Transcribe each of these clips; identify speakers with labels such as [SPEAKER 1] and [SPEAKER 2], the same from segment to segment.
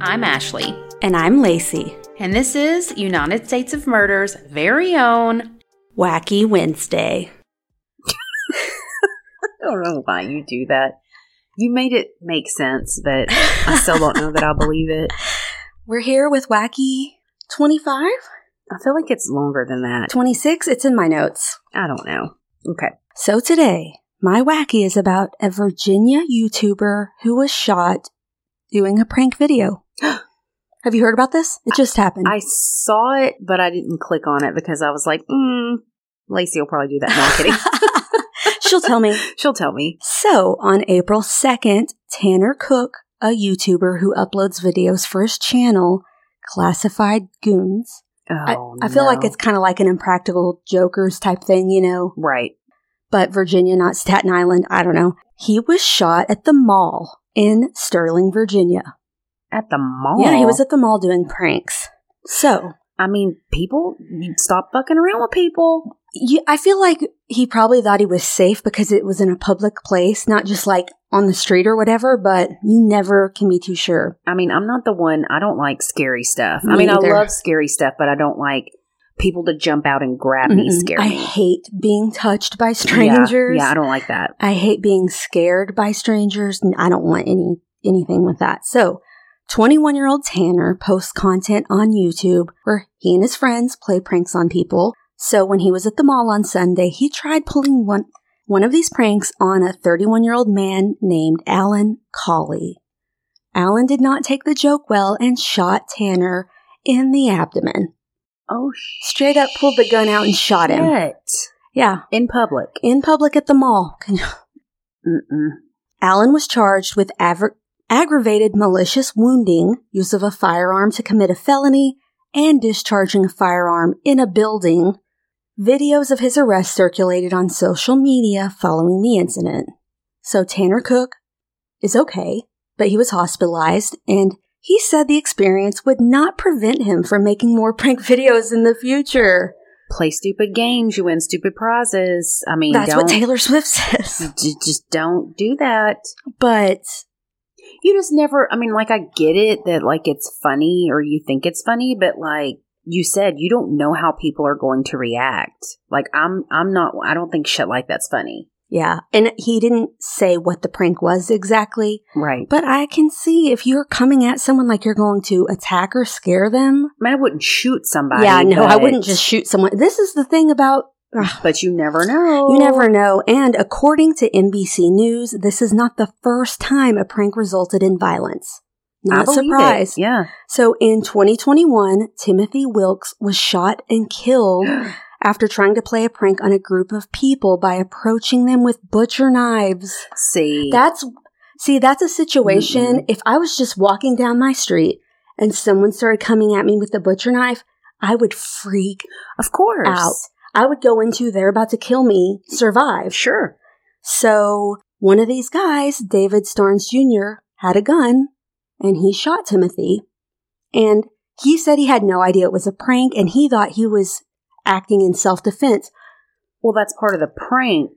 [SPEAKER 1] I'm Ashley,
[SPEAKER 2] And I'm Lacey.
[SPEAKER 1] and this is United States of Murder's very own.
[SPEAKER 2] Wacky Wednesday.
[SPEAKER 3] I don't know why you do that. You made it make sense, but I still don't know that I believe it.
[SPEAKER 2] We're here with Wacky 25?
[SPEAKER 3] I feel like it's longer than that.
[SPEAKER 2] 26? It's in my notes.
[SPEAKER 3] I don't know. Okay.
[SPEAKER 2] So today, my Wacky is about a Virginia YouTuber who was shot doing a prank video. Have you heard about this? It just happened.
[SPEAKER 3] I saw it, but I didn't click on it because I was like, mm, Lacey will probably do that. No, I'm kidding.
[SPEAKER 2] She'll tell me.
[SPEAKER 3] She'll tell me.
[SPEAKER 2] So on April 2nd, Tanner Cook, a YouTuber who uploads videos for his channel, Classified Goons, I,
[SPEAKER 3] Oh,
[SPEAKER 2] I feel like
[SPEAKER 3] no.
[SPEAKER 2] it's kind of like an impractical jokers type thing, you know,
[SPEAKER 3] right.
[SPEAKER 2] but Virginia, not Staten Island. I don't know. He was shot at the mall in Sterling, Virginia.
[SPEAKER 3] At the mall.
[SPEAKER 2] Yeah, he was at the mall doing pranks. So
[SPEAKER 3] I mean, people, you stop fucking around with people.
[SPEAKER 2] you, I feel like he probably thought he was safe because it was in a public place, not just like on the street or whatever, but you never can be too sure.
[SPEAKER 3] I mean, I'm not the one. I don't like scary stuff. I
[SPEAKER 2] Me
[SPEAKER 3] mean,
[SPEAKER 2] neither.
[SPEAKER 3] I love scary stuff, but I don't like people to jump out and grab me,
[SPEAKER 2] Mm-mm.
[SPEAKER 3] scare
[SPEAKER 2] I
[SPEAKER 3] me.
[SPEAKER 2] hate being touched by
[SPEAKER 3] Yeah.
[SPEAKER 2] strangers.
[SPEAKER 3] Yeah, I don't like that.
[SPEAKER 2] I hate being scared by strangers and I don't want any anything with that. So, 21-year-old Tanner posts content on YouTube where he and his friends play pranks on people. So, when he was at the mall on Sunday, he tried pulling one one of these pranks on a 31-year-old man named Alan Colley. Alan did not take the joke well and shot Tanner in the abdomen.
[SPEAKER 3] Oh, sh-
[SPEAKER 2] Straight up pulled the gun out and shot him.
[SPEAKER 3] shit.
[SPEAKER 2] Yeah,
[SPEAKER 3] In public.
[SPEAKER 2] in public at the mall. Can
[SPEAKER 3] Mm-mm.
[SPEAKER 2] Allen was charged with aver- aggravated malicious wounding, use of a firearm to commit a felony, and discharging a firearm in a building. Videos of his arrest circulated on social media following the incident. So Tanner Cook is okay, but he was hospitalized and he said the experience would not prevent him from making more prank videos in the future.
[SPEAKER 3] Play stupid games. You win stupid prizes. I mean,
[SPEAKER 2] That's
[SPEAKER 3] don't
[SPEAKER 2] what Taylor Swift says.
[SPEAKER 3] j- just don't do that.
[SPEAKER 2] But
[SPEAKER 3] You just never. I mean, like I get it that like it's funny or you think it's funny, but like you said, you don't know how people are going to react. Like I'm, I'm not. I don't think shit like that's funny.
[SPEAKER 2] Yeah. And he didn't say what the prank was exactly,
[SPEAKER 3] Right. But
[SPEAKER 2] but I can see if you're coming at someone like you're going to attack or scare them.
[SPEAKER 3] I mean, I wouldn't shoot somebody.
[SPEAKER 2] yeah, no, I
[SPEAKER 3] but-
[SPEAKER 2] wouldn't just shoot someone. This is the thing about. Ugh,
[SPEAKER 3] But you never know.
[SPEAKER 2] you never know. And according to NBC News, this is not the first time a prank resulted in violence.
[SPEAKER 3] I
[SPEAKER 2] Not
[SPEAKER 3] believe it.
[SPEAKER 2] surprised.
[SPEAKER 3] Yeah.
[SPEAKER 2] So in 2021, Timothy Wilkes was shot and killed after trying to play a prank on a group of people by approaching them with butcher knives.
[SPEAKER 3] See.
[SPEAKER 2] That's see, that's a situation.
[SPEAKER 3] Mm-mm.
[SPEAKER 2] If I was just walking down my street and someone started coming at me with a butcher knife, I would freak
[SPEAKER 3] of course.
[SPEAKER 2] out. I would go into they're about to kill me, survive.
[SPEAKER 3] Sure.
[SPEAKER 2] So one of these guys, David Starnes Jr., had a gun and he shot Timothy. And he said he had no idea it was a prank and he thought he was acting in self defense.
[SPEAKER 3] Well, that's part of the prank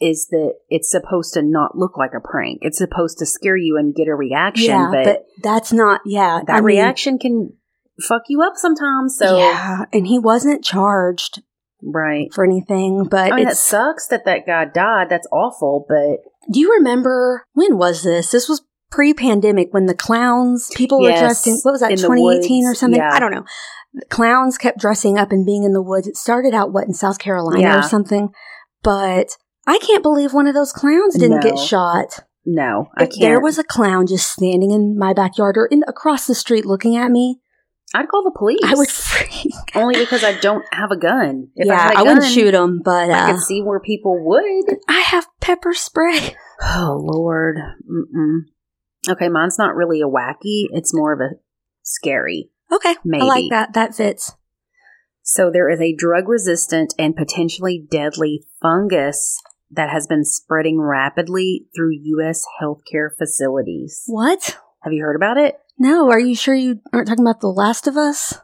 [SPEAKER 3] is that it's supposed to not look like a prank. It's supposed to scare you and get a reaction,
[SPEAKER 2] Yeah, but,
[SPEAKER 3] but,
[SPEAKER 2] that's not, yeah.
[SPEAKER 3] that
[SPEAKER 2] I mean,
[SPEAKER 3] reaction can fuck you up sometimes. So,
[SPEAKER 2] yeah, and he wasn't charged
[SPEAKER 3] right.
[SPEAKER 2] for anything, but
[SPEAKER 3] I mean, that
[SPEAKER 2] it's,
[SPEAKER 3] sucks that that guy died. That's awful, but
[SPEAKER 2] do you remember when was this? This was pre-pandemic when the clowns people
[SPEAKER 3] Yes,
[SPEAKER 2] were dressed in what was that
[SPEAKER 3] in the
[SPEAKER 2] 2018 or
[SPEAKER 3] woods,
[SPEAKER 2] something?
[SPEAKER 3] yeah.
[SPEAKER 2] I don't know. Clowns kept dressing up and being in the woods. It started out what in South Carolina
[SPEAKER 3] Yeah.
[SPEAKER 2] or something, but I can't believe one of those clowns didn't
[SPEAKER 3] No.
[SPEAKER 2] get shot.
[SPEAKER 3] no, I
[SPEAKER 2] If There
[SPEAKER 3] can't.
[SPEAKER 2] was a clown just standing in my backyard or in across the street looking at me.
[SPEAKER 3] I'd call the police.
[SPEAKER 2] I would freak.
[SPEAKER 3] only because I don't have a gun. If I,
[SPEAKER 2] yeah,
[SPEAKER 3] had a
[SPEAKER 2] I wouldn't
[SPEAKER 3] gun,
[SPEAKER 2] shoot him, but
[SPEAKER 3] I
[SPEAKER 2] uh,
[SPEAKER 3] could see where people would.
[SPEAKER 2] I have pepper spray.
[SPEAKER 3] Oh Lord. Mm-mm. Okay, mine's not really a wacky. It's more of a scary.
[SPEAKER 2] Okay, I
[SPEAKER 3] Maybe.
[SPEAKER 2] like that. That fits.
[SPEAKER 3] So there is a drug resistant and potentially deadly fungus that has been spreading rapidly through U.S. healthcare facilities.
[SPEAKER 2] What?
[SPEAKER 3] Have you heard about it?
[SPEAKER 2] No, are you sure you aren't talking about The Last of Us?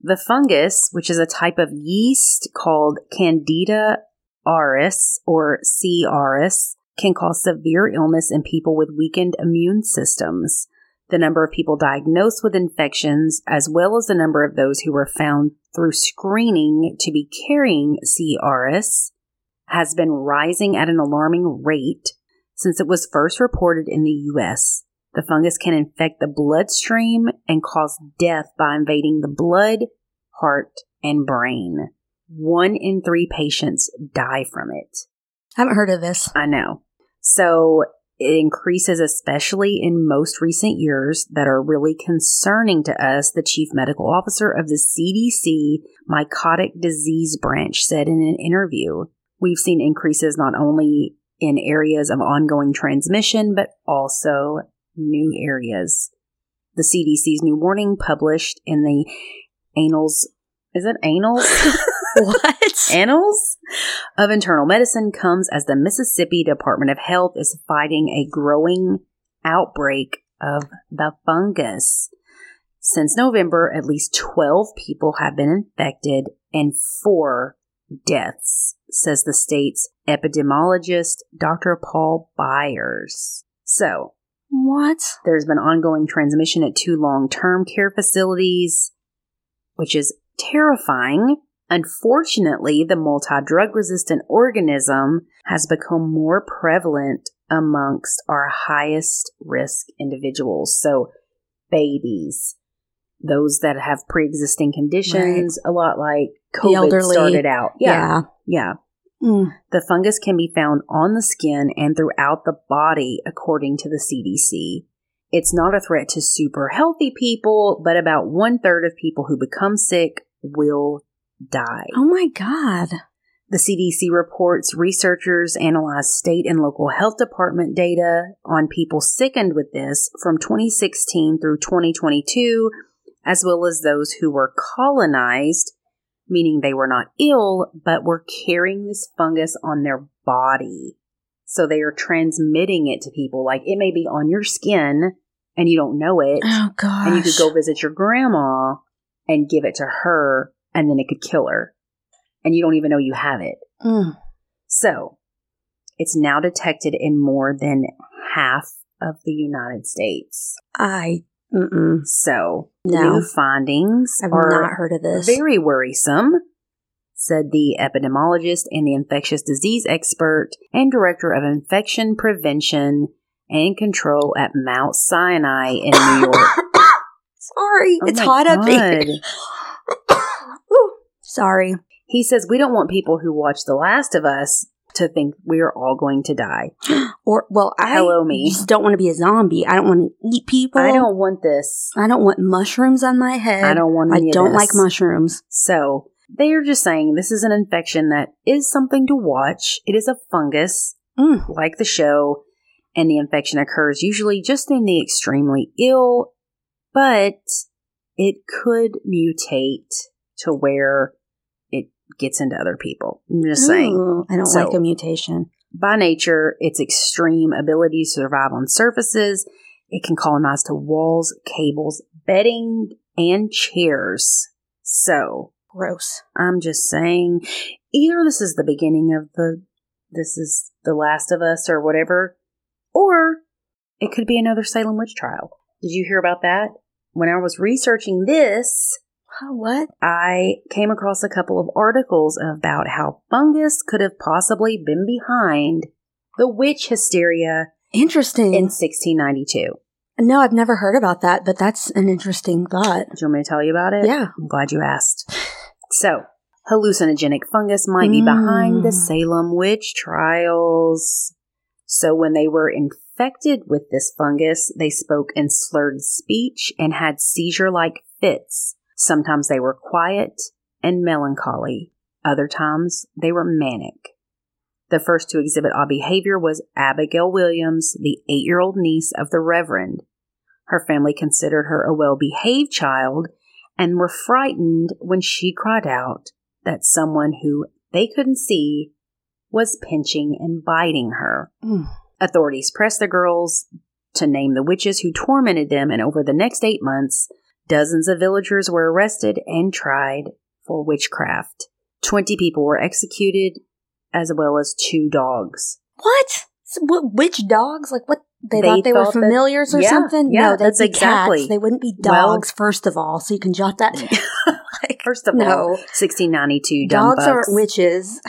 [SPEAKER 3] The fungus, which is a type of yeast called Candida auris or C. auris, can cause severe illness in people with weakened immune systems. the number of people diagnosed with infections, as well as the number of those who were found through screening to be carrying C. auris, has been rising at an alarming rate since it was first reported in the U.S. The fungus can infect the bloodstream and cause death by invading the blood, heart, and brain. One in three patients die from it.
[SPEAKER 2] I haven't heard of this.
[SPEAKER 3] I know. So it increases, especially in most recent years, that are really concerning to us. The chief medical officer of the CDC Mycotic Disease Branch said in an interview We've seen increases not only in areas of ongoing transmission, but also new areas. The CDC's new warning published in the Annals, is it Annals?
[SPEAKER 2] what?
[SPEAKER 3] Annals of Internal Medicine comes as the Mississippi Department of Health is fighting a growing outbreak of the fungus. Since November, at least 12 people have been infected and four deaths, says the state's epidemiologist, Dr. Paul Byers. So,
[SPEAKER 2] What?
[SPEAKER 3] there's been ongoing transmission at two long term care facilities, which is terrifying. Unfortunately, the multi drug resistant organism has become more prevalent amongst our highest risk individuals. So, babies, those that have pre existing conditions, a lot like COVID
[SPEAKER 2] elderly.
[SPEAKER 3] started out. Yeah.
[SPEAKER 2] Yeah.
[SPEAKER 3] Yeah.
[SPEAKER 2] Mm.
[SPEAKER 3] The fungus can be found on the skin and throughout the body, according to the CDC. It's not a threat to super healthy people, but about one third of people who become sick will die.
[SPEAKER 2] Oh my God.
[SPEAKER 3] The CDC reports researchers analyzed state and local health department data on people sickened with this from 2016 through 2022, as well as those who were colonized, meaning they were not ill, but were carrying this fungus on their body. So they are transmitting it to people. Like it may be on your skin and you don't know it,
[SPEAKER 2] Oh gosh.
[SPEAKER 3] and you could go visit your grandma and give it to her, and then it could kill her. And you don't even know you have it.
[SPEAKER 2] Mm.
[SPEAKER 3] So it's now detected in more than half of the United States.
[SPEAKER 2] I. Mm-mm.
[SPEAKER 3] So
[SPEAKER 2] No.
[SPEAKER 3] new findings
[SPEAKER 2] I've
[SPEAKER 3] are
[SPEAKER 2] not heard of this.
[SPEAKER 3] very worrisome, said the epidemiologist and the infectious disease expert and director of infection prevention and control at Mount Sinai in New York.
[SPEAKER 2] Sorry,
[SPEAKER 3] Oh
[SPEAKER 2] it's
[SPEAKER 3] my
[SPEAKER 2] hot up here.
[SPEAKER 3] God.
[SPEAKER 2] Ooh, Sorry.
[SPEAKER 3] He says, We don't want people who watch The Last of Us to think we are all going to die.
[SPEAKER 2] Or well, I
[SPEAKER 3] Hello, me.
[SPEAKER 2] just don't want to be a zombie. I don't want to eat people.
[SPEAKER 3] I don't want this.
[SPEAKER 2] I don't want mushrooms on my head.
[SPEAKER 3] I don't want
[SPEAKER 2] I
[SPEAKER 3] any of
[SPEAKER 2] don't
[SPEAKER 3] this.
[SPEAKER 2] like mushrooms.
[SPEAKER 3] So they are just saying this is an infection that is something to watch. It is a fungus,
[SPEAKER 2] Mm.
[SPEAKER 3] like the show, and the infection occurs usually just in the extremely ill, but it could mutate to where it gets into other people. I'm just saying.
[SPEAKER 2] Ooh, I don't
[SPEAKER 3] So-
[SPEAKER 2] like a mutation.
[SPEAKER 3] By nature, its extreme ability to survive on surfaces, it can colonize to walls, cables, bedding, and chairs. So,
[SPEAKER 2] Gross.
[SPEAKER 3] I'm just saying, either this is the beginning of the, this is the Last of Us or whatever, or it could be another Salem witch trial. Did you hear about that? When I was researching this,
[SPEAKER 2] Huh, what?
[SPEAKER 3] I came across a couple of articles about how fungus could have possibly been behind the witch hysteria
[SPEAKER 2] Interesting.
[SPEAKER 3] in 1692. Do you
[SPEAKER 2] no, I've never heard about that, but that's an interesting thought.
[SPEAKER 3] want me to tell you about it?
[SPEAKER 2] Yeah.
[SPEAKER 3] I'm glad you asked. So, hallucinogenic fungus might be behind the
[SPEAKER 2] Mm.
[SPEAKER 3] Salem witch trials. So, when they were infected with this fungus, they spoke in slurred speech and had seizure like fits. Sometimes they were quiet and melancholy, other times they were manic. The first to exhibit odd behavior was Abigail Williams, the eight year old niece of the Reverend. Her family considered her a well behaved child and were frightened when she cried out that someone who they couldn't see was pinching and biting her.
[SPEAKER 2] Mm.
[SPEAKER 3] Authorities pressed the girls to name the witches who tormented them, and over the next eight months, dozens of villagers were arrested and tried for witchcraft. Twenty people were executed, as well as two dogs.
[SPEAKER 2] What? S- what? Witch dogs? Like what? They,
[SPEAKER 3] They
[SPEAKER 2] thought they were
[SPEAKER 3] thought that-
[SPEAKER 2] familiars or
[SPEAKER 3] yeah,
[SPEAKER 2] something.
[SPEAKER 3] yeah,
[SPEAKER 2] no, they'd
[SPEAKER 3] that's
[SPEAKER 2] be
[SPEAKER 3] exactly.
[SPEAKER 2] cats. They wouldn't be
[SPEAKER 3] Well-
[SPEAKER 2] dogs, first of all. So you can jot that. like,
[SPEAKER 3] First of all,
[SPEAKER 2] no,
[SPEAKER 3] 1692 dumb
[SPEAKER 2] dogs aren't
[SPEAKER 3] bucks.
[SPEAKER 2] witches.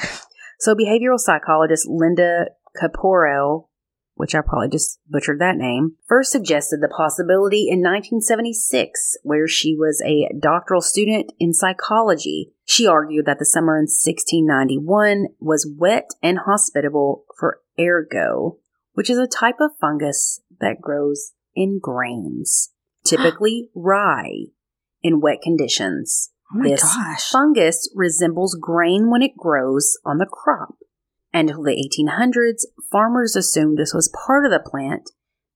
[SPEAKER 3] So, behavioral psychologist Linda Caporo, which I probably just butchered that name, first suggested the possibility in 1976, where she was a doctoral student in psychology. She argued that the summer in 1691 was wet and hospitable for ergo, which is a type of fungus that grows in grains, typically rye, in wet conditions.
[SPEAKER 2] Oh my
[SPEAKER 3] This
[SPEAKER 2] gosh.
[SPEAKER 3] Fungus resembles grain when it grows on the crop. And until the 1800s, farmers assumed this was part of the plant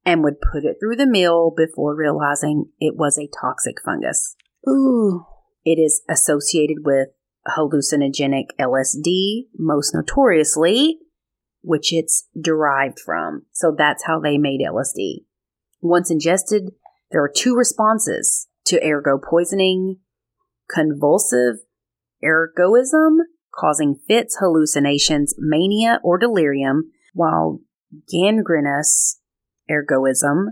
[SPEAKER 3] and would put it through the mill before realizing it was a toxic fungus.
[SPEAKER 2] Ooh.
[SPEAKER 3] It is associated with hallucinogenic LSD, most notoriously, which it's derived from. So that's how they made LSD. Once ingested, there are two responses to ergo poisoning convulsive ergoism, causing fits, hallucinations, mania, or delirium, while gangrenous ergoism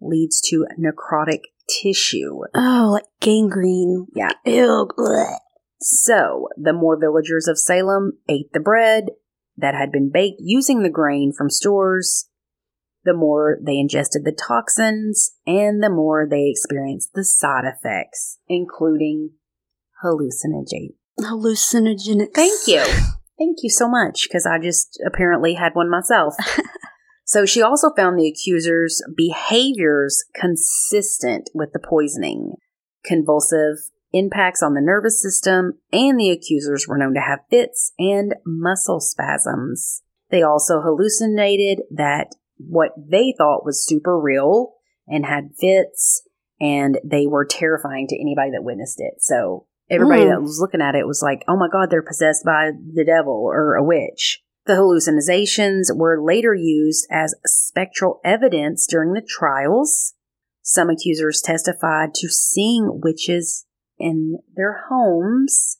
[SPEAKER 3] leads to necrotic tissue.
[SPEAKER 2] Oh, like gangrene.
[SPEAKER 3] Yeah.
[SPEAKER 2] Ew. bleh.
[SPEAKER 3] So the more villagers of Salem ate the bread that had been baked using the grain from stores, the more they ingested the toxins, and the more they experienced the side effects, including hallucinogenic.
[SPEAKER 2] Hallucinogenic.
[SPEAKER 3] Thank you. Thank you so much, because I just apparently had one myself. so she also found the accuser's behaviors consistent with the poisoning, convulsive impacts on the nervous system, and the accusers were known to have fits and muscle spasms. They also hallucinated that what they thought was super real and had fits, and they were terrifying to anybody that witnessed it. So everybody
[SPEAKER 2] Mm.
[SPEAKER 3] that was looking at it was like, oh my God, they're possessed by the devil or a witch. The hallucinations were later used as spectral evidence during the trials. Some accusers testified to seeing witches in their homes.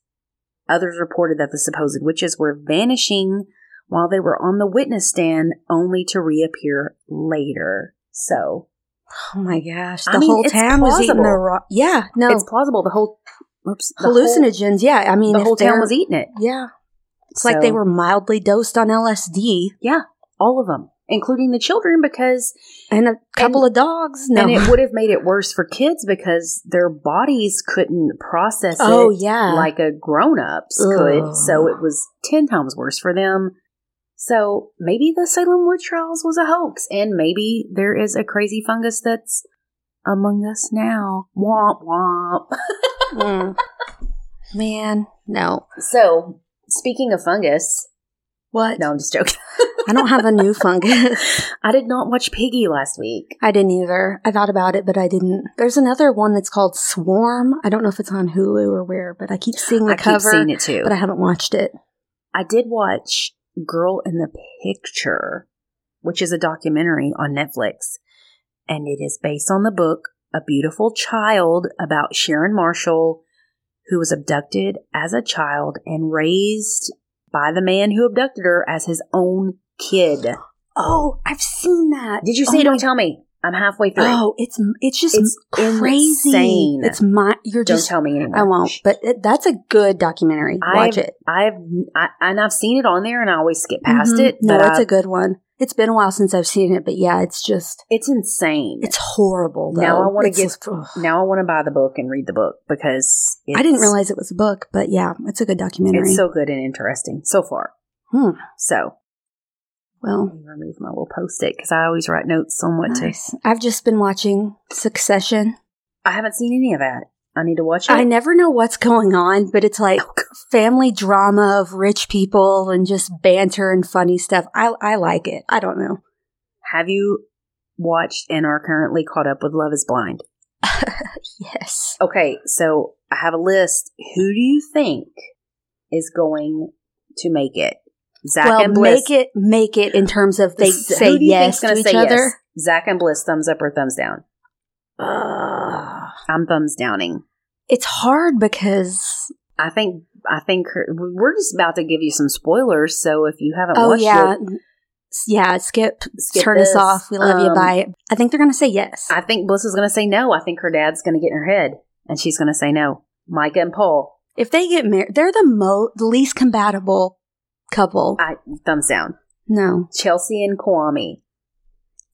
[SPEAKER 3] Others reported that the supposed witches were vanishing while they were on the witness stand, only to reappear later. So
[SPEAKER 2] Oh my gosh. The
[SPEAKER 3] I mean,
[SPEAKER 2] whole
[SPEAKER 3] it's
[SPEAKER 2] town was eating the
[SPEAKER 3] plausible.
[SPEAKER 2] raw. Yeah. No.
[SPEAKER 3] it's plausible the whole oops, the
[SPEAKER 2] hallucinogens. yeah. I
[SPEAKER 3] Whole,
[SPEAKER 2] mean,
[SPEAKER 3] the
[SPEAKER 2] if
[SPEAKER 3] whole town
[SPEAKER 2] they're-
[SPEAKER 3] was eating it.
[SPEAKER 2] Yeah. It's like they
[SPEAKER 3] So-
[SPEAKER 2] were mildly dosed on LSD
[SPEAKER 3] yeah, all of them, including the children, because
[SPEAKER 2] and a couple of dogs. No.
[SPEAKER 3] and it would have made it worse for kids because their bodies couldn't process
[SPEAKER 2] oh,
[SPEAKER 3] it
[SPEAKER 2] yeah.
[SPEAKER 3] like a grown ups
[SPEAKER 2] Ugh.
[SPEAKER 3] could. So it was ten times worse for them. So maybe the Salem witch trials was a hoax, and maybe there is a crazy fungus that's among us now. Womp womp.
[SPEAKER 2] Mm. Man. No.
[SPEAKER 3] So, speaking of fungus,
[SPEAKER 2] What?
[SPEAKER 3] no, I'm just joking.
[SPEAKER 2] I don't have a new fungus.
[SPEAKER 3] I did not watch Piggy last week.
[SPEAKER 2] I didn't either. I thought about it, but I didn't. There's another one that's called Swarm. I don't know if it's on Hulu or where, but I keep seeing the
[SPEAKER 3] I
[SPEAKER 2] cover,
[SPEAKER 3] keep seeing it too.
[SPEAKER 2] but I haven't watched it.
[SPEAKER 3] I did watch Girl in the Picture, which is a documentary on Netflix, and it is based on the book A Beautiful Child about Sharon Marshall, who was abducted as a child and raised by the man who abducted her as his own kid.
[SPEAKER 2] Oh, I've seen that.
[SPEAKER 3] Did you see
[SPEAKER 2] Oh
[SPEAKER 3] it?
[SPEAKER 2] my-
[SPEAKER 3] Don't tell me. I'm halfway through.
[SPEAKER 2] Oh, it's it's just
[SPEAKER 3] It's
[SPEAKER 2] crazy.
[SPEAKER 3] insane.
[SPEAKER 2] It's my you're
[SPEAKER 3] Don't
[SPEAKER 2] just
[SPEAKER 3] tell me anymore.
[SPEAKER 2] I won't. But it, that's a good documentary. Watch
[SPEAKER 3] I've-
[SPEAKER 2] it.
[SPEAKER 3] I've I, and I've seen it on there, and I always skip past
[SPEAKER 2] Mhm.
[SPEAKER 3] it.
[SPEAKER 2] No,
[SPEAKER 3] but uh,
[SPEAKER 2] it's
[SPEAKER 3] I-
[SPEAKER 2] a good one. It's been a while since I've seen it, but yeah, it's just
[SPEAKER 3] it's insane.
[SPEAKER 2] it's horrible. Though.
[SPEAKER 3] Now I wanna
[SPEAKER 2] It's
[SPEAKER 3] get-
[SPEAKER 2] just- ugh.
[SPEAKER 3] now I want to buy the book and read the book because it's,
[SPEAKER 2] I didn't realize it was a book, but yeah, it's a good documentary.
[SPEAKER 3] it's so good and interesting so far.
[SPEAKER 2] Hmm.
[SPEAKER 3] So
[SPEAKER 2] well,
[SPEAKER 3] let me remove my little post it because I always write notes on what to.
[SPEAKER 2] Nice. I've just been watching Succession.
[SPEAKER 3] I haven't seen any of that. I need to watch it.
[SPEAKER 2] I never know what's going on, but it's
[SPEAKER 3] Oh,
[SPEAKER 2] like family drama of rich people and just banter and funny stuff. I I like it. I don't know.
[SPEAKER 3] Have you watched and are currently caught up with Love Is Blind?
[SPEAKER 2] Yes.
[SPEAKER 3] Okay, so I have a list. Who do you think is going to make it? Zach
[SPEAKER 2] well,
[SPEAKER 3] and Bliss.
[SPEAKER 2] make it make it in terms of they
[SPEAKER 3] Z-
[SPEAKER 2] say
[SPEAKER 3] who do you think's
[SPEAKER 2] yes to
[SPEAKER 3] gonna
[SPEAKER 2] each
[SPEAKER 3] say yes?
[SPEAKER 2] other.
[SPEAKER 3] Zach and Bliss, thumbs up or thumbs down?
[SPEAKER 2] Uh,
[SPEAKER 3] I'm thumbs downing.
[SPEAKER 2] it's hard because
[SPEAKER 3] I think I think her- we're just about to give you some spoilers. So if you haven't
[SPEAKER 2] oh
[SPEAKER 3] watched
[SPEAKER 2] yeah.
[SPEAKER 3] it,
[SPEAKER 2] yeah, skip,
[SPEAKER 3] Skip
[SPEAKER 2] turn us
[SPEAKER 3] this.
[SPEAKER 2] off. We love you.
[SPEAKER 3] Um,
[SPEAKER 2] Bye. I think they're going to say yes.
[SPEAKER 3] I think Bliss is going to say no. I think her dad's going to get in her head and she's going to say no. Micah and Paul,
[SPEAKER 2] if they get married, they're the mo- the least compatible couple.
[SPEAKER 3] I thumbs down.
[SPEAKER 2] no.
[SPEAKER 3] Chelsea and Kwame.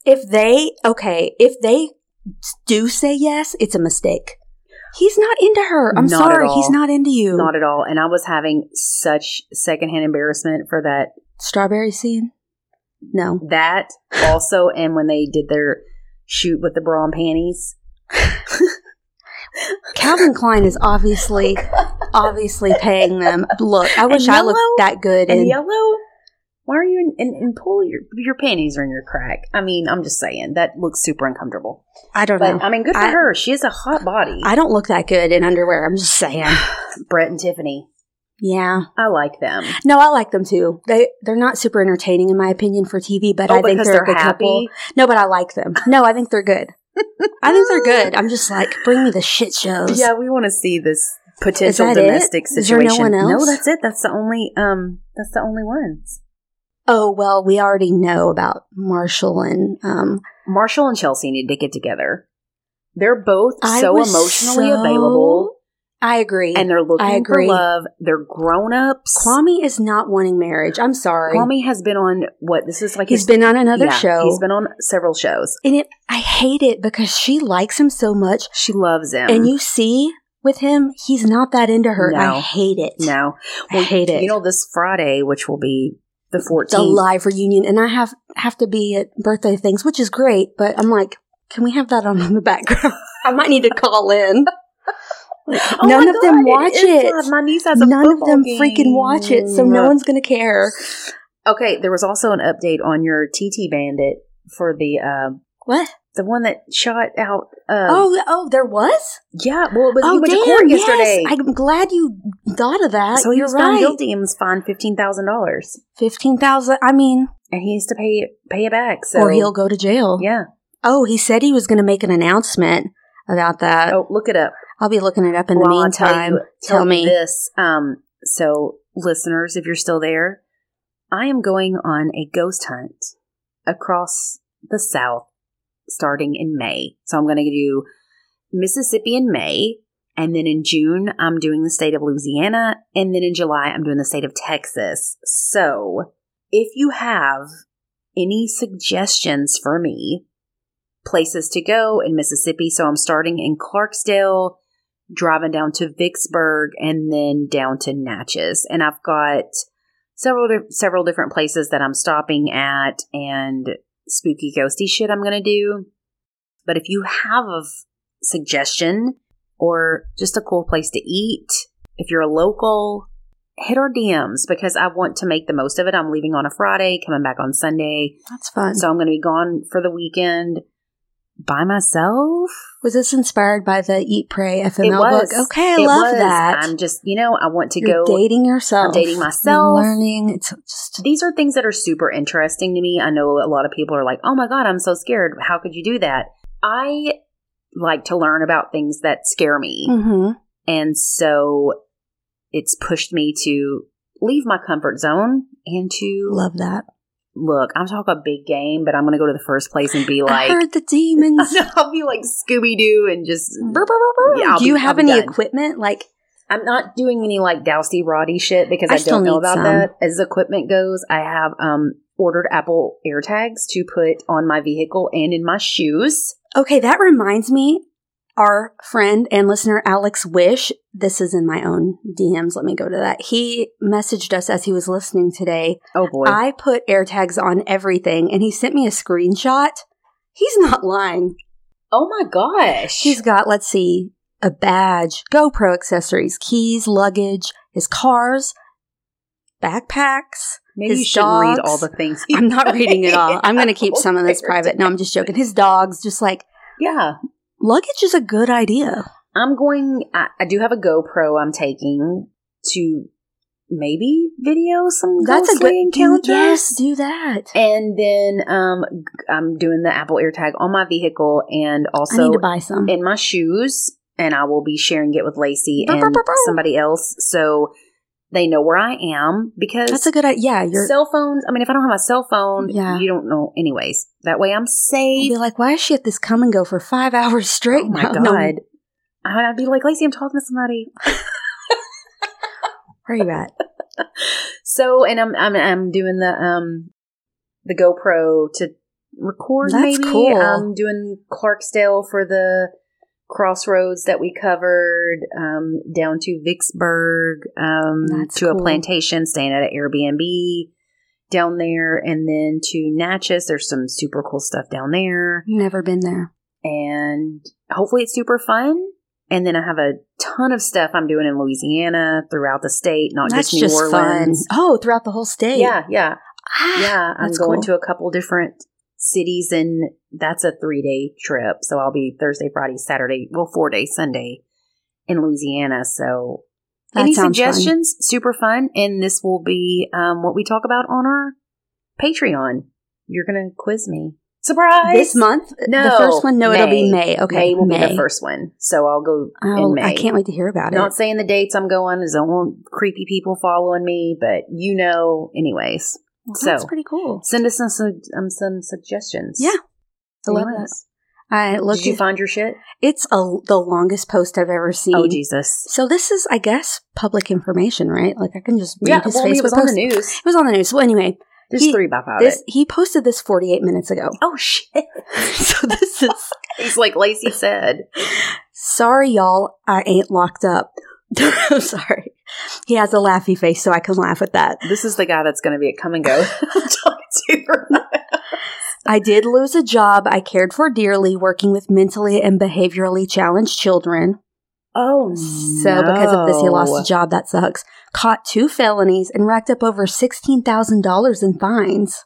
[SPEAKER 2] If they, okay, if they do say yes, it's a mistake. He's not into her. I'm
[SPEAKER 3] Not at
[SPEAKER 2] sorry. He's
[SPEAKER 3] all.
[SPEAKER 2] not into you.
[SPEAKER 3] Not at all. And I was having such secondhand embarrassment for that
[SPEAKER 2] Strawberry seed? No.
[SPEAKER 3] that also and when they did their shoot with the bra and panties
[SPEAKER 2] Calvin Klein is obviously, obviously paying them. Look, I wish I
[SPEAKER 3] yellow?
[SPEAKER 2] looked that good.
[SPEAKER 3] and
[SPEAKER 2] in-
[SPEAKER 3] yellow why are you in, in, in pull your your panties are in your crack i mean i'm just saying that looks super uncomfortable
[SPEAKER 2] I don't
[SPEAKER 3] but um,
[SPEAKER 2] know.
[SPEAKER 3] i mean good for
[SPEAKER 2] I-
[SPEAKER 3] her she has a hot body
[SPEAKER 2] I don't look that good in underwear. I'm just saying.
[SPEAKER 3] brett and tiffany
[SPEAKER 2] Yeah.
[SPEAKER 3] i like them
[SPEAKER 2] No, I like them too. They they're not super entertaining in my opinion for TV, but
[SPEAKER 3] Oh,
[SPEAKER 2] I think
[SPEAKER 3] because
[SPEAKER 2] they're, a good couple. No, but I like them. No, I think they're good. I think they're good. I'm just like, bring me the shit shows.
[SPEAKER 3] yeah we want to see this potential
[SPEAKER 2] that it?
[SPEAKER 3] domestic
[SPEAKER 2] Is there
[SPEAKER 3] situation
[SPEAKER 2] no one
[SPEAKER 3] no
[SPEAKER 2] else?
[SPEAKER 3] that's it that's the only um that's the only ones
[SPEAKER 2] Oh well, we already know about Marshall and um.
[SPEAKER 3] marshall and chelsea need to get together they're both
[SPEAKER 2] I
[SPEAKER 3] so
[SPEAKER 2] was
[SPEAKER 3] emotionally
[SPEAKER 2] so-
[SPEAKER 3] available
[SPEAKER 2] I agree.
[SPEAKER 3] and
[SPEAKER 2] And
[SPEAKER 3] they're looking
[SPEAKER 2] I agree.
[SPEAKER 3] for love. They're grown ups.
[SPEAKER 2] Kwame is not wanting marriage. I'm sorry.
[SPEAKER 3] Kwame has been on what? This is like
[SPEAKER 2] he's
[SPEAKER 3] his-
[SPEAKER 2] been on another
[SPEAKER 3] yeah,
[SPEAKER 2] show,
[SPEAKER 3] He's been on several shows.
[SPEAKER 2] and it I hate it because she likes him so much,
[SPEAKER 3] She loves him.
[SPEAKER 2] and you see with him, he's not that into her.
[SPEAKER 3] No.
[SPEAKER 2] I hate it.
[SPEAKER 3] no,
[SPEAKER 2] I hate it.
[SPEAKER 3] You know, this Friday, which will be the
[SPEAKER 2] the Oh
[SPEAKER 3] fourteenth.
[SPEAKER 2] live reunion, and I have have to be at birthday things, which is great. But I'm like, can we have that on in the background? I might need to call in.
[SPEAKER 3] Oh
[SPEAKER 2] None of them watch it.
[SPEAKER 3] My niece has a
[SPEAKER 2] None of
[SPEAKER 3] football
[SPEAKER 2] them
[SPEAKER 3] game.
[SPEAKER 2] freaking watch it, so no one's gonna care.
[SPEAKER 3] Okay, there was also an update on your TT Bandit for the uh,
[SPEAKER 2] What?
[SPEAKER 3] the one that shot out. Uh,
[SPEAKER 2] oh, oh, there was.
[SPEAKER 3] yeah. Well, it was he
[SPEAKER 2] oh,
[SPEAKER 3] went to court
[SPEAKER 2] yes.
[SPEAKER 3] yesterday.
[SPEAKER 2] I'm glad you thought of that.
[SPEAKER 3] so he
[SPEAKER 2] you're
[SPEAKER 3] was found
[SPEAKER 2] right.
[SPEAKER 3] guilty and was fined fifteen thousand dollars.
[SPEAKER 2] Fifteen thousand. I mean,
[SPEAKER 3] and he has to pay pay it back. So
[SPEAKER 2] or he'll go to jail.
[SPEAKER 3] yeah.
[SPEAKER 2] Oh, he said he was gonna make an announcement about that.
[SPEAKER 3] Oh, look it up.
[SPEAKER 2] I'll be looking it up in the
[SPEAKER 3] Well, I'll tell,
[SPEAKER 2] meantime.
[SPEAKER 3] you-
[SPEAKER 2] tell
[SPEAKER 3] tell
[SPEAKER 2] me.
[SPEAKER 3] you this. Um, so listeners, if you're still there, I am going on a ghost hunt across the South starting in May. So I'm going to do Mississippi in May. And then in June, I'm doing the state of Louisiana. And then in July, I'm doing the state of Texas. So if you have any suggestions for me, places to go in Mississippi. So I'm starting in Clarksdale, driving down to Vicksburg, and then down to Natchez. And I've got several di- several different places that I'm stopping at and spooky ghosty shit I'm gonna do. But if you have a f- suggestion or just a cool place to eat, if you're a local, hit our DMs because I want to make the most of it. I'm leaving on a Friday, coming back on Sunday.
[SPEAKER 2] That's fun.
[SPEAKER 3] So I'm going to be gone for the weekend by myself.
[SPEAKER 2] Was this inspired by the Eat Pray FML book? Okay, I
[SPEAKER 3] It
[SPEAKER 2] love
[SPEAKER 3] was.
[SPEAKER 2] that.
[SPEAKER 3] I'm just, you know, I want to
[SPEAKER 2] You're
[SPEAKER 3] go.
[SPEAKER 2] dating yourself.
[SPEAKER 3] I'm dating
[SPEAKER 2] You're
[SPEAKER 3] myself.
[SPEAKER 2] learning. It's just
[SPEAKER 3] These are things that are super interesting to me. I know a lot of people are like, "Oh my god, I'm so scared. How could you do that?" I like to learn about things that scare me.
[SPEAKER 2] Mhm.
[SPEAKER 3] And so it's pushed me to leave my comfort zone and to
[SPEAKER 2] love that.
[SPEAKER 3] look, I'm talking a big game, but I'm going to go to the first place and be
[SPEAKER 2] I
[SPEAKER 3] like,
[SPEAKER 2] heard the demons.
[SPEAKER 3] I'll be like Scooby Doo and just.
[SPEAKER 2] Brr, brr, brr, brr.
[SPEAKER 3] Yeah, I'll
[SPEAKER 2] Do
[SPEAKER 3] be-
[SPEAKER 2] you
[SPEAKER 3] I'll
[SPEAKER 2] have
[SPEAKER 3] be
[SPEAKER 2] any
[SPEAKER 3] done.
[SPEAKER 2] equipment? Like
[SPEAKER 3] I'm not doing any like dousey roddy shit because
[SPEAKER 2] I
[SPEAKER 3] I,
[SPEAKER 2] still
[SPEAKER 3] don't know
[SPEAKER 2] need
[SPEAKER 3] about
[SPEAKER 2] some.
[SPEAKER 3] that. As equipment goes, I have um ordered Apple AirTags to put on my vehicle and in my shoes.
[SPEAKER 2] okay, that reminds me. Our friend and listener Alex Wish, this is in my own DMs. Let me go to that. He messaged us as he was listening today.
[SPEAKER 3] Oh boy.
[SPEAKER 2] I put AirTags on everything, and he sent me a screenshot. He's not lying.
[SPEAKER 3] oh my gosh.
[SPEAKER 2] She's got, let's see, a badge, GoPro accessories, keys, luggage, his cars, backpacks.
[SPEAKER 3] Maybe you
[SPEAKER 2] his
[SPEAKER 3] should read all
[SPEAKER 2] dogs.
[SPEAKER 3] the things.
[SPEAKER 2] I'm not reading it all. I'm going to keep some of this
[SPEAKER 3] Yeah.
[SPEAKER 2] private. No, I'm just joking. His dogs, just like
[SPEAKER 3] Yeah.
[SPEAKER 2] luggage is a good idea.
[SPEAKER 3] I'm going I, I do have a GoPro I'm taking to maybe video some
[SPEAKER 2] That's a good
[SPEAKER 3] encounter.
[SPEAKER 2] Do, yes, do that.
[SPEAKER 3] And then um, g- I'm doing the Apple AirTag on my vehicle and
[SPEAKER 2] I
[SPEAKER 3] also
[SPEAKER 2] need to buy some.
[SPEAKER 3] in my shoes. And I will be sharing it with Lacey
[SPEAKER 2] Bow,
[SPEAKER 3] and
[SPEAKER 2] bow, bow, bow.
[SPEAKER 3] somebody else. So They know where I am because
[SPEAKER 2] That's a good idea. Yeah, you're.
[SPEAKER 3] cell phones. I mean, if I don't have my cell phone,
[SPEAKER 2] Yeah.
[SPEAKER 3] you don't know. Anyways, that way I'm
[SPEAKER 2] you'll
[SPEAKER 3] safe.
[SPEAKER 2] be like, why is she at this come and go for five hours straight?
[SPEAKER 3] oh my
[SPEAKER 2] now?
[SPEAKER 3] god!
[SPEAKER 2] No,
[SPEAKER 3] I- I'd be like, Lacey, I'm talking to somebody.
[SPEAKER 2] where are you at?
[SPEAKER 3] So, and I'm I'm I'm doing the um the GoPro to record.
[SPEAKER 2] That's
[SPEAKER 3] maybe.
[SPEAKER 2] cool.
[SPEAKER 3] I'm doing Clarksdale for the crossroads that we covered um down to Vicksburg um
[SPEAKER 2] That's
[SPEAKER 3] to
[SPEAKER 2] cool.
[SPEAKER 3] a plantation staying at an Airbnb down there and then to Natchez there's some super cool stuff down there
[SPEAKER 2] Never been there.
[SPEAKER 3] and hopefully it's super fun and then I have a ton of stuff I'm doing in Louisiana throughout the state not
[SPEAKER 2] That's
[SPEAKER 3] Oh, just New
[SPEAKER 2] just fun.
[SPEAKER 3] Orleans
[SPEAKER 2] Oh, throughout the whole state.
[SPEAKER 3] yeah yeah
[SPEAKER 2] Ah,
[SPEAKER 3] yeah, I'm
[SPEAKER 2] that's
[SPEAKER 3] going
[SPEAKER 2] cool.
[SPEAKER 3] to a couple different cities, and that's a three day trip. So I'll be Thursday, Friday, Saturday, well, four day, Sunday in Louisiana. So
[SPEAKER 2] That
[SPEAKER 3] any
[SPEAKER 2] sounds fun.
[SPEAKER 3] suggestions? Super fun, and this will be um, what we talk about on our Patreon. You're gonna quiz me. Surprise!
[SPEAKER 2] This month, the
[SPEAKER 3] No,
[SPEAKER 2] first one. No, it'll be
[SPEAKER 3] May.
[SPEAKER 2] May. Okay,
[SPEAKER 3] May will be the first one, so I'll go
[SPEAKER 2] Oh,
[SPEAKER 3] in May.
[SPEAKER 2] I can't wait to hear about
[SPEAKER 3] Not
[SPEAKER 2] it.
[SPEAKER 3] saying the dates I'm going, is I don't want creepy people following me, but you know, anyways
[SPEAKER 2] Well,
[SPEAKER 3] so.
[SPEAKER 2] that's pretty cool.
[SPEAKER 3] send us some su- um, some suggestions.
[SPEAKER 2] Yeah. I
[SPEAKER 3] I
[SPEAKER 2] love I looked.
[SPEAKER 3] Did you
[SPEAKER 2] at-
[SPEAKER 3] find your shit?
[SPEAKER 2] it's a, the longest post I've ever seen.
[SPEAKER 3] Oh Jesus!
[SPEAKER 2] So this is, I guess, public information, right? Like I can just read
[SPEAKER 3] Yeah,
[SPEAKER 2] his
[SPEAKER 3] well, I
[SPEAKER 2] Facebook
[SPEAKER 3] mean, it was
[SPEAKER 2] post.
[SPEAKER 3] on the news.
[SPEAKER 2] It was on the news. Well, anyway,
[SPEAKER 3] There's
[SPEAKER 2] He-
[SPEAKER 3] three about
[SPEAKER 2] this
[SPEAKER 3] it.
[SPEAKER 2] he posted this 48 minutes ago.
[SPEAKER 3] Oh shit!
[SPEAKER 2] so this is
[SPEAKER 3] He's like Lacey said.
[SPEAKER 2] sorry, y'all. I ain't locked up. I'm sorry. He has a laughy face, so I can laugh at that.
[SPEAKER 3] This is the guy that's going to be at come and go. I'm talking to.
[SPEAKER 2] I did lose a job I cared for dearly working with mentally and behaviorally challenged children.
[SPEAKER 3] Oh,
[SPEAKER 2] So, because of this, he lost a job. That sucks. Caught two felonies and racked up over $16,000 in fines,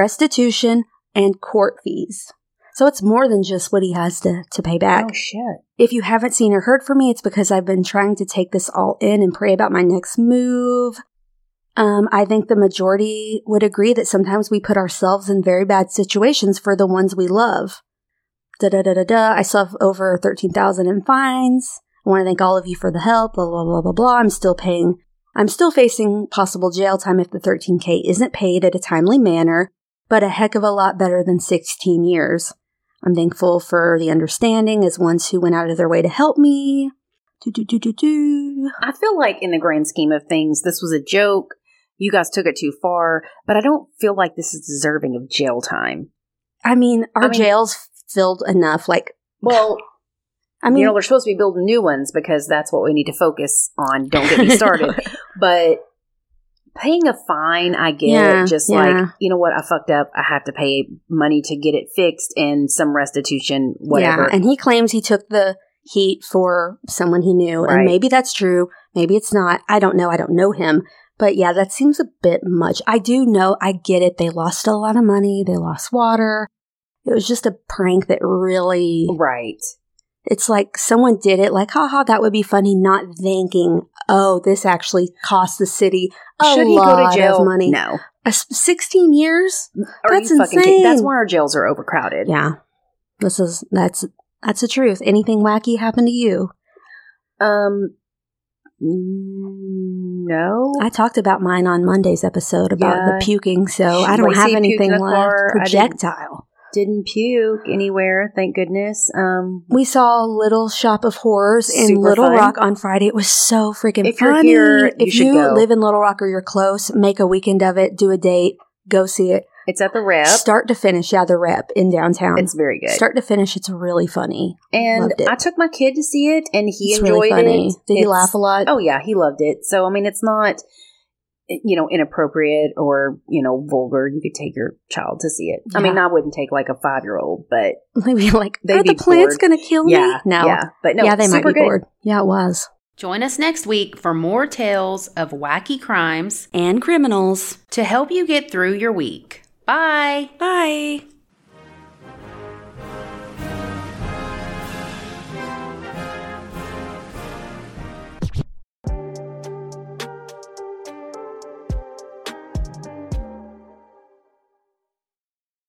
[SPEAKER 2] restitution, and court fees. So, it's more than just what he has to, to pay back.
[SPEAKER 3] Oh shit!
[SPEAKER 2] If you haven't seen or heard from me, it's because I've been trying to take this all in and pray about my next move. Um, I think the majority would agree that sometimes we put ourselves in very bad situations for the ones we love. Da da da da da. I still have over 13,000 in fines. I want to thank all of you for the help. Blah, blah, blah, blah, blah. I'm still paying. I'm still facing possible jail time if the 13K isn't paid at a timely manner, but a heck of a lot better than 16 years. I'm thankful for the understanding as ones who went out of their way to help me. Do, do, do, do, do.
[SPEAKER 3] I feel like in the grand scheme of things, this was a joke. You guys took it too far, but I don't feel like this is deserving of jail time.
[SPEAKER 2] I mean, our
[SPEAKER 3] I mean-
[SPEAKER 2] jails filled enough. Like,
[SPEAKER 3] Well,
[SPEAKER 2] I mean,
[SPEAKER 3] you know, they're supposed to be building new ones because that's what we need to focus on. Don't get me started. but paying a fine, I get
[SPEAKER 2] Yeah,
[SPEAKER 3] just
[SPEAKER 2] yeah.
[SPEAKER 3] like, you know what, I fucked up. I have to pay money to get it fixed and some restitution, whatever.
[SPEAKER 2] Yeah, and he claims he took the heat for someone he knew, and
[SPEAKER 3] Right.
[SPEAKER 2] maybe that's true. Maybe it's not. I don't know. I don't know him. But yeah, that seems a bit much. I do know. I get it. They lost a lot of money. They lost water. It was just a prank that really.
[SPEAKER 3] right.
[SPEAKER 2] It's like someone did it, like, haha, that would be funny, not thinking, oh, this actually cost the city a
[SPEAKER 3] Should he
[SPEAKER 2] lot
[SPEAKER 3] go to jail?
[SPEAKER 2] of money.
[SPEAKER 3] No.
[SPEAKER 2] A s- 16 years?
[SPEAKER 3] Are
[SPEAKER 2] That's
[SPEAKER 3] you fucking kidding- That's
[SPEAKER 2] insane.
[SPEAKER 3] why our jails are overcrowded.
[SPEAKER 2] Yeah. This is, that's, that's the truth. Anything wacky happened to you?
[SPEAKER 3] Um, no.
[SPEAKER 2] I talked about mine on Monday's episode about
[SPEAKER 3] Yeah.
[SPEAKER 2] the puking, so I don't
[SPEAKER 3] Lacey
[SPEAKER 2] have
[SPEAKER 3] puked in
[SPEAKER 2] anything
[SPEAKER 3] the
[SPEAKER 2] left.
[SPEAKER 3] car. I didn't-
[SPEAKER 2] Projectile.
[SPEAKER 3] Didn't puke anywhere, thank goodness. Um,
[SPEAKER 2] We saw Little Shop of Horrors in
[SPEAKER 3] Super
[SPEAKER 2] Little
[SPEAKER 3] fun.
[SPEAKER 2] Rock on Friday. It was so freaking
[SPEAKER 3] If you're
[SPEAKER 2] funny.
[SPEAKER 3] here, you
[SPEAKER 2] if
[SPEAKER 3] should
[SPEAKER 2] you
[SPEAKER 3] go.
[SPEAKER 2] live in Little Rock or you're close, make a weekend of it, do a date, go see it.
[SPEAKER 3] it's at the rep.
[SPEAKER 2] Start to finish, yeah, the rep in downtown.
[SPEAKER 3] it's very good.
[SPEAKER 2] Start to finish, it's really funny.
[SPEAKER 3] and
[SPEAKER 2] Loved it.
[SPEAKER 3] I took my kid to see it, and he
[SPEAKER 2] it's
[SPEAKER 3] enjoyed
[SPEAKER 2] really funny.
[SPEAKER 3] it.
[SPEAKER 2] Did he
[SPEAKER 3] It's-
[SPEAKER 2] laugh a lot?
[SPEAKER 3] Oh yeah, he loved it. So I mean, it's not you know inappropriate or you know vulgar. You could take your child to see it. I mean,
[SPEAKER 2] Yeah.
[SPEAKER 3] I wouldn't take like a five year old, but
[SPEAKER 2] Maybe like,
[SPEAKER 3] They'd
[SPEAKER 2] are the
[SPEAKER 3] be
[SPEAKER 2] plants
[SPEAKER 3] bored.
[SPEAKER 2] going to kill me?
[SPEAKER 3] yeah,
[SPEAKER 2] No.
[SPEAKER 3] yeah, but no,
[SPEAKER 2] yeah, they might
[SPEAKER 3] super
[SPEAKER 2] be
[SPEAKER 3] good.
[SPEAKER 2] bored. Yeah, it was.
[SPEAKER 1] Join us next week for more tales of wacky crimes
[SPEAKER 2] And criminals.
[SPEAKER 1] to help you get through your week. Bye.
[SPEAKER 2] Bye.